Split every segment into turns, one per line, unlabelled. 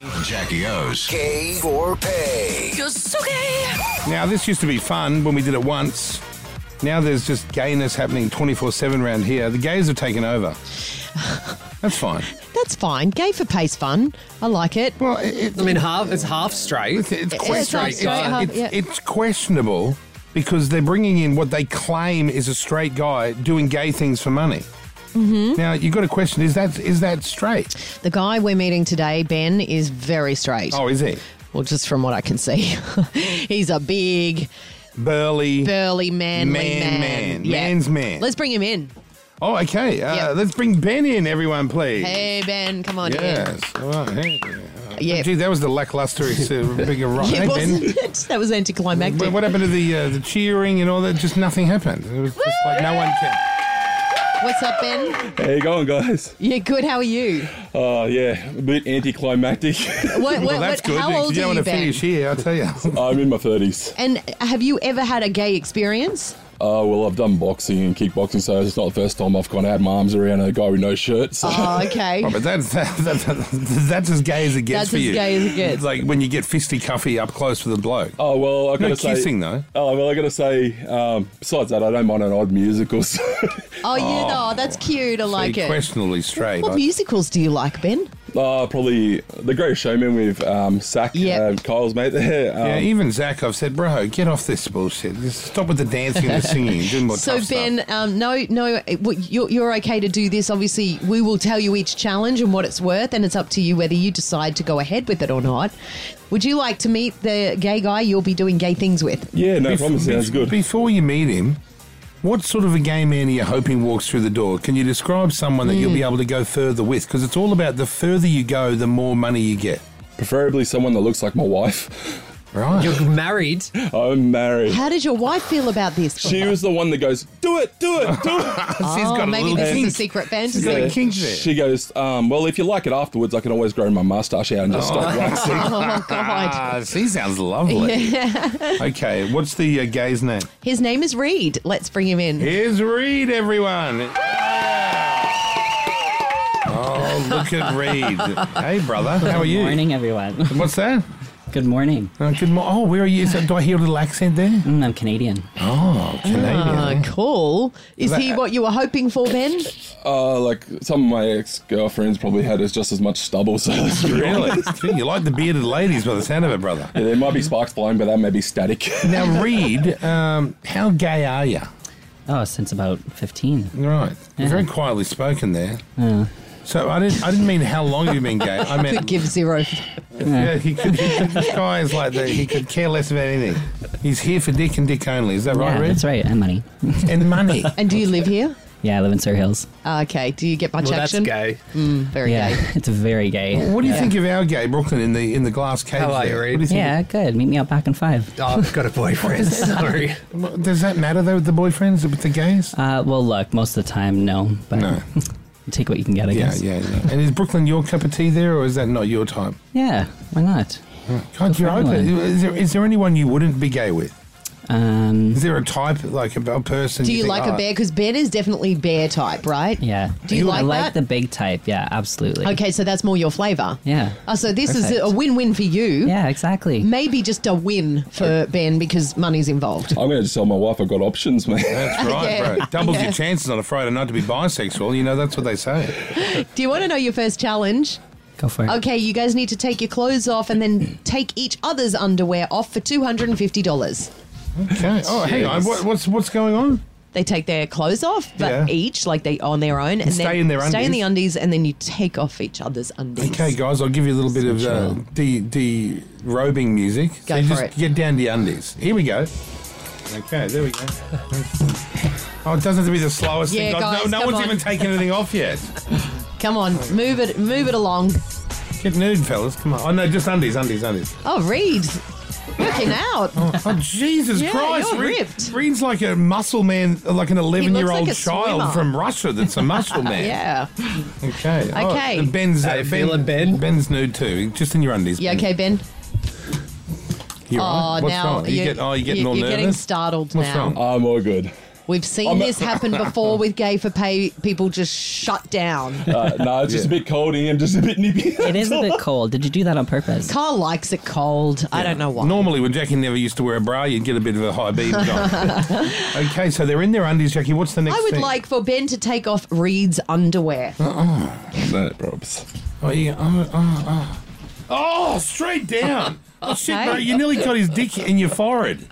and Jackie O's K for Pay.
Now, this used to be fun when we did it once. Now there's just gayness happening 24 7 around here. The gays have taken over. That's fine.
That's fine. Gay for pay's fun. I like it.
Well, it, it,
I mean, half it's half straight.
it's, it's
it's
questionable.
like
It's,
straight guy,
it's-
yeah.
it's questionable because they're bringing in what they claim is a straight guy doing gay things for money.
Mm-hmm.
Now you've got a question: Is that is that straight?
The guy we're meeting today, Ben, is very straight.
Oh, is he
Well, just from what I can see, he's a big,
burly?
burly, manly
Man,
man.
man. Man's man.
Let's bring him in.
oh, okay. Uh,
Yep.
Let's bring Ben in, everyone, please.
Hey, Ben, come on in.
Yes. All right. Hey.
Yeah.
Gee, that was the lackluster uh, bigger rock.
Yeah,
Hey,
wasn't
Ben.
it? That was anticlimactic.
What, what happened to the uh, the cheering and all that? Just nothing happened. It was just like no one cared.
What's up, Ben?
How you going, guys?
Yeah, good. How are you?
Oh, yeah, a bit anticlimactic.
What, what,
Well, that's
what-
good.
How old
you
are
don't
you,
want to
Ben?
finish here, I'll tell you.
I'm in my 30s.
And have you ever had a gay experience?
Oh, well, I've done boxing and kickboxing, so it's not the first time I've kind of had my arms around a guy with no shirt. So.
Oh, okay.
Oh, but that's that, that, that's as gay as it gets
That's
for
as
you.
gay as it gets.
It's like when you get fisty cuffy up close with a bloke.
Oh, well, I gotta say.
kissing, though.
Oh, well, I gotta say, um, besides that, I don't mind an odd musical. So.
Oh, you know, that's cute. I like
Be
it.
questionably straight.
What
like-
musicals do you like, Ben?
oh, probably The Great Showman with um, Sack,
Yep.
uh, Kyle's mate there. Um,
yeah, even Zach, I've said, bro, get off this bullshit. Just stop with the dancing and the singing. Do more
So
tough stuff."
Ben, um, no, no, what- you're, you're okay to do this. Obviously, we will tell you each challenge and what it's worth, and it's up to you whether you decide to go ahead with it or not. Would you like to meet the gay guy you'll be doing gay things with?
yeah, no
Bef-
problem. Sounds
bef-
good.
Before you meet him, what sort of a gay man are you hoping walks through the door? Can you describe someone that you'll
Hmm.
be able to go further with? Because it's all about the further you go, the more money you get.
Preferably someone that looks like my wife.
Right.
You're married.
I'm married.
How did your wife feel about this?
She was the one that goes, do it, do it, do it.
She's
oh,
got a
maybe
little
this
kink.
is a secret fantasy.
got a
Yeah.
kink there.
She goes, um, well, if you like it afterwards, I can always grow my mustache out and just stop waxing.
Oh God!
Ah, she sounds lovely. Okay, what's the uh, gay's name?
His name is Reed. Let's bring him in.
Here's Reed, everyone. Oh, look at Reed. hey, brother, how are you?
Good morning, everyone.
What's that?
Good morning.
Oh, good mo- oh, where are you? Is that, do I hear a little accent there?
Mm, I'm Canadian.
Oh, Canadian.
Ah, cool. Is he
That-
what you were hoping for, Ben?
Uh, like some of my ex girlfriends probably had is just as much stubble, so that's true.
Really? Gee, you like the bearded ladies by the sound of it, brother.
Yeah, there might be sparks flying, but that may be static.
Now, Reed, um, how gay are you?
Oh, since about 15.
Right. Very quietly spoken there. So I didn't. I didn't mean how long you've been gay. I meant
Could give zero.
yeah. He could, he could, this guy is like that. He could care less about anything. He's here for dick and dick only. Is that right,
yeah,
Reed?
that's right. And money.
And money.
And do you live here?
Yeah, I live in Sur Hills.
Ah, Okay. Do you get much
Well, that's
action?
gay.
Mm, very
Yeah,
gay.
it's very gay.
What do you think of our gay Brooklyn in the in the glass cage?
How are
there?
you, Reed?
What do you think?
Yeah, good. Meet me out back in five.
Oh, I've got a boyfriend. Sorry.
Well, Does that matter though with the boyfriends with the gays?
Uh, well, look, most of the time, no. But
No.
take what you can get, I
yeah,
guess.
yeah, yeah. And is Brooklyn your cup of tea there, or is that not your type?
Yeah, why not?
God, you're
friendly.
open. Is there, is there anyone you wouldn't be gay with?
Um,
Is there a type, like a, a person?
Do you,
think,
like a
"Oh,
bear? Because bear is definitely bear type, right?
yeah.
Do you
I
like
like
that?
the big type. Yeah, absolutely.
Okay, so that's more your flavour.
Yeah.
Oh, so this is
Perfect.
a win-win for you.
Yeah, exactly.
Maybe just a win for Ben because money's involved.
I'm going to just tell my wife I've got options, man.
That's right,
Yeah.
bro. Doubles your chances on a Friday night to be bisexual. You know, that's what they say.
Do you want to know your first challenge?
Go for it.
Okay, you guys need to take your clothes off and then take each other's underwear off for two hundred and fifty dollars.
Okay. Oh, hang on. What, what's what's going on?
They take their clothes off, but
Yeah.
each like they on their own, and
Stay
then
in their
stay in the
undies.
undies, and then you take off each other's undies.
Okay, guys, I'll give you a little bit of uh, de de robing music.
Go
you
for
just
it.
Get down the undies. Here we go. Okay, there we go. Oh, it doesn't have to be the slowest
Yeah,
thing.
guys,
no no
come
one's
on.
even taken anything off yet.
Come on, move it, move it along.
Get nude, fellas. Come on. Oh no, just undies, undies, undies.
Oh, Reed, working out.
Oh Jesus
Yeah,
Christ!
you're
Reed-
ripped.
Reed's like a muscle man, like an eleven-year-old
like a
child
swimmer.
from Russia. That's a muscle man.
Yeah.
Okay. Oh,
Okay.
and Ben's uh,
How you feeling, Ben?
Ben's nude too. Just in your undies.
Yeah.
Ben.
Okay, Ben.
You're
Oh,
right. What's
now
wrong? You
you're-
get. Oh, you're getting
you-
all
you're
nervous.
getting startled
What's
now.
wrong?
I'm all good.
We've seen
I'm-
this happen before with gay for pay. People just shut down.
Uh, no, it's just a bit cold here. I'm just a bit nippy.
It is a bit cold. Did you do that on purpose?
Carl likes it cold. I don't know why.
Normally, when Jackie never used to wear a bra, you'd get a bit of a high beam. going. okay, so they're in their undies, Jackie. What's the next
I would
thing?
like for Ben to take off Reed's underwear.
no problems.
Oh, yeah. Oh, oh, oh. Oh, straight down. Oh, shit,
Okay.
bro. You nearly got his dick in your forehead.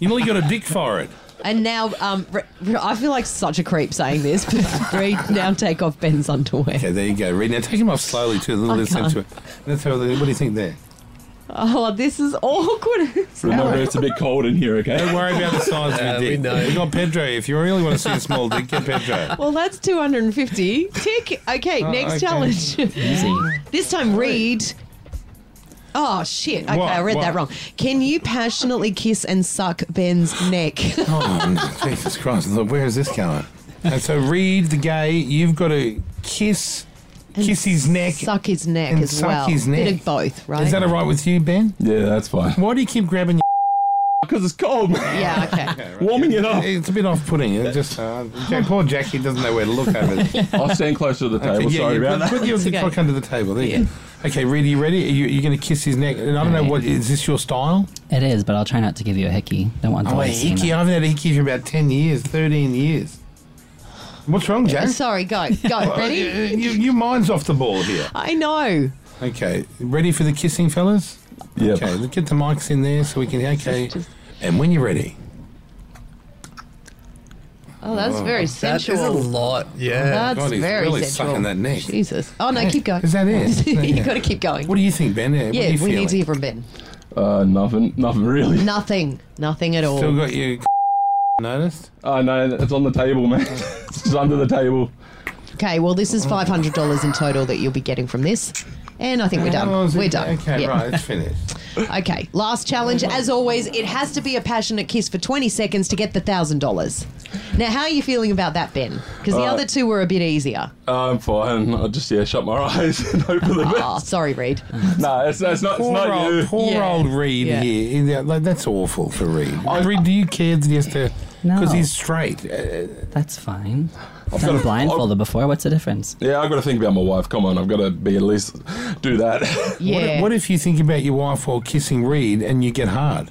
You nearly got a dick forehead.
And now, um, Re- I feel like such a creep saying this, but Reed now take off Ben's underwear.
Okay, there you go. Read now. Take him off slowly too. The
I
listening
can't.
to it. Let's have a look. What do you think there?
Oh, this is awkward.
Remember, it's a bit cold in here,
Don't
okay?
worry about the size
Yeah,
of
we
your dick.
know.
We got Pedro. If you really want to see a small dick, get Pedro.
well, that's 250. Tick. Okay,
Oh,
next
okay.
challenge.
Easy.
this time, Reed. Oh, shit. Okay,
What?
I read that
What?
wrong. Can you passionately kiss and suck Ben's neck?
Oh, Jesus Christ. Look, where is this going? And so, Reed, the gay, you've got to kiss, kiss his neck.
Suck his neck
And
as
suck
well.
his
Bit
neck.
of both, right?
Is that all right with you, Ben?
Yeah, that's fine.
Why do you keep grabbing your
Because it's cold, man.
yeah, okay.
Warming it up.
It's a bit off-putting. It just uh, Jack- poor Jackie doesn't know where to look over. Okay,
I'll stand close to the table.
yeah,
Sorry
yeah,
about
put-
that.
Put your
okay.
cock under the table. There you go. Okay, Reed, are you ready? Are you, you going to kiss his neck? And I don't know what is this your style?
It is, but I'll try not to give you a hickey. Don't want to
Oh, a
always see
hickey. I
that.
haven't had a hickey for about ten years, thirteen years. What's wrong, Jack?
Sorry, go. Go. Ready?
You, your mind's off the ball here.
I know.
Okay, ready for the kissing, fellas?
Yep.
Okay, let's get the mics in there so we can. Okay, and when you're ready,
Oh, that's very
That
sensual.
is a lot. Yeah.
That's
God, he's
very
really
sensual.
sucking that neck.
Jesus. Oh no, keep going.
Is that it?
you got to keep going.
What do you think, Ben? Uh, What
yeah,
are
we
you feeling?
need to hear from Ben.
Uh, nothing, nothing really.
Nothing. Nothing at all.
Still got your noticed?
Oh no, it's on the table, man. it's just under the table.
Okay, well, this is five hundred dollars in total that you'll be getting from this, and I think we're
How long
done.
Oh, is it-
Um, We're done.
Okay,
Yeah.
right, it's finished.
Okay. Last challenge, as always, it has to be a passionate kiss for twenty seconds to get the thousand dollars. Now, how are you feeling about that, Ben? Because the
Uh,
other two were a bit easier.
I'm fine. I just yeah, shut my eyes and hope for the
Oh,
best.
sorry, Reed.
No, it's, it's not. It's
Poor
not
old,
you.
poor
Yeah.
old Reed
Yeah.
here. Yeah, like, that's awful for Reed. Reed, do you care that he has to?
No.
Because he's straight. Uh,
That's fine. I've
got
done
a-
blindfolded before. What's the difference?
Yeah, I've got to think about my wife. Come on, I've got to be at least do that.
what,
Yeah.
if, what if you think about your wife while kissing Reed and you get hard?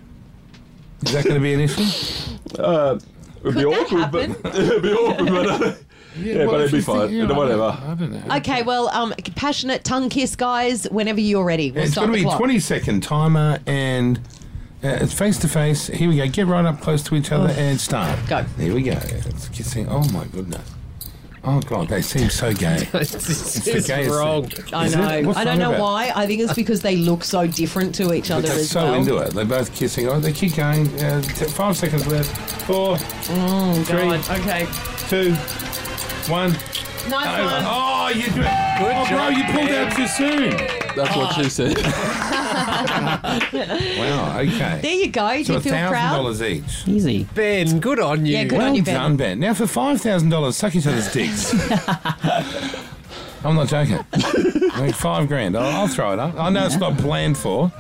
Is that going to be an issue?
it'd be
Could that
awkward, but it'd be awkward, but uh, yeah,
well, if
but it'd be
you
fine.
think- you know,
Whatever.
I don't know.
Okay, well, um, passionate tongue kiss, guys. Whenever you're ready, we'll
it's
start
going to
the
be
clock.
20 second timer and uh, it's face to face. Here we go. Get right up close to each other and start.
Go.
Here we go. It's kissing. Oh my goodness. Oh god, they seem so gay.
It's,
the
it's
gayest
wrong.
thing.
I
Is it?
know.
What's
I don't
wrong
know
about it?
why. I think it's because they look so different to each other
They're
as
so
well.
into it. They're both kissing. Oh, they keep going. Uh, t- five seconds left. Four,
Oh,
Three.
God. Okay.
two, one.
Nice one.
Oh, you do it. Oh, bro,
job,
you pulled out too soon.
That's what she said.
Wow. Okay.
There you go. Do
so
you feel
thousand
proud?
dollars each.
Easy.
Ben, good on you.
Yeah, good on
Well
you, Ben.
done, Ben. Now for five thousand dollars, suck each other's dicks. I'm not joking. I mean, five grand. I'll, I'll throw it up. I know it's not planned for.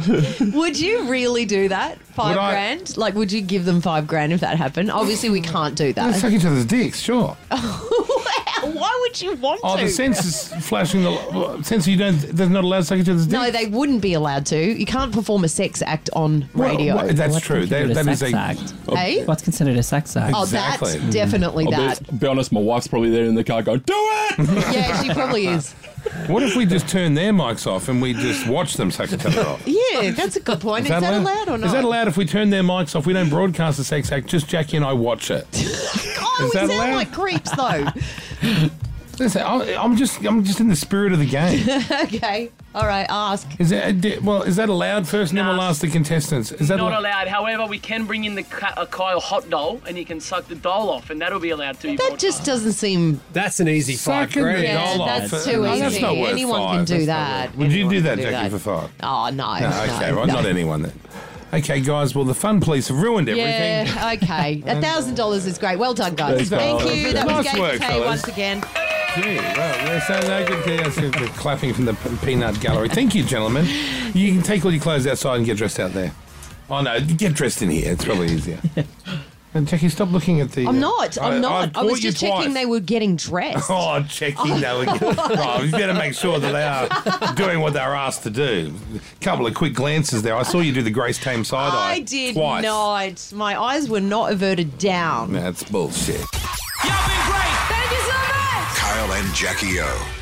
Would you really do that? Five
Would I-
grand? Like, would you give them five grand if that happened? Obviously, we can't do
Let's
that.
suck each other's dicks, sure.
why would you want
Oh,
to?
the sensor's flashing the sensor. You don't. They're not allowed to suck each other's dicks.
no, they wouldn't be allowed to. You can't perform a sex act on
Well,
radio.
well, that's
What's
true. That,
considered
that
a
is
sex
a.
act?
Hey?
What's considered a sex act?
Oh,
Exactly.
that's definitely
I'll
that.
be, be honest, my wife's probably there in the car going, "Do it!"
Yeah, she probably is.
What if we just turn their mics off and we just watch them suck each other off?
Yeah, that's a good point. Is that, allowed? or not?
Is that allowed if we turn their mics off? We don't broadcast the sex act. Just Jackie and I watch it.
Oh, we
Is that
sound
allowed?
like creeps, though.
Listen, I- I'm just, I'm just in the spirit of the game.
okay. All right, ask.
Is that di- well? Is that allowed? First name
Nah.
or last? The contestants. Is that
Not
al-
allowed. However, we can bring in the ca- a Kyle hot doll, and you can suck the doll off, and that'll be allowed to. be
That
broadcast.
just doesn't seem.
That's an easy five
Sucking
grand.
the
Oh,
Yeah,
doll off.
that's too
No,
easy.
That's not worth
Anyone
five.
can do
That's not
that.
worth- Would you
Anyone
do that,
can do
Jackie,
that.
for five?
Oh, no.
No,
no,
okay, well,
no.
not anyone then. Okay, guys. Well, the fun police have ruined everything.
Yeah, okay. A thousand dollars is great. Well done, guys.
Thanks,
Thank
guys.
you. That was
Nice
Gabe
work,
K
fellas.
once again.
Gee, well, there's so no good thing. That's the clapping from the p- peanut gallery. Thank you, gentlemen. You can take all your clothes outside and get dressed out there. Oh no, get dressed in here. It's probably easier. And Jackie, stop looking at the.
I'm
uh,
not.
I-
I'm
I've
not. I, was
caught you
just checking
twice.
they were getting dressed.
Oh, checking they were. Oh, you better make sure that they are doing what they were asked to do. A couple of quick glances there. I saw you do the Grace Tame side eye.
I did
twice.
not. My eyes were not averted down.
That's bullshit.
Kyle and Jackie O.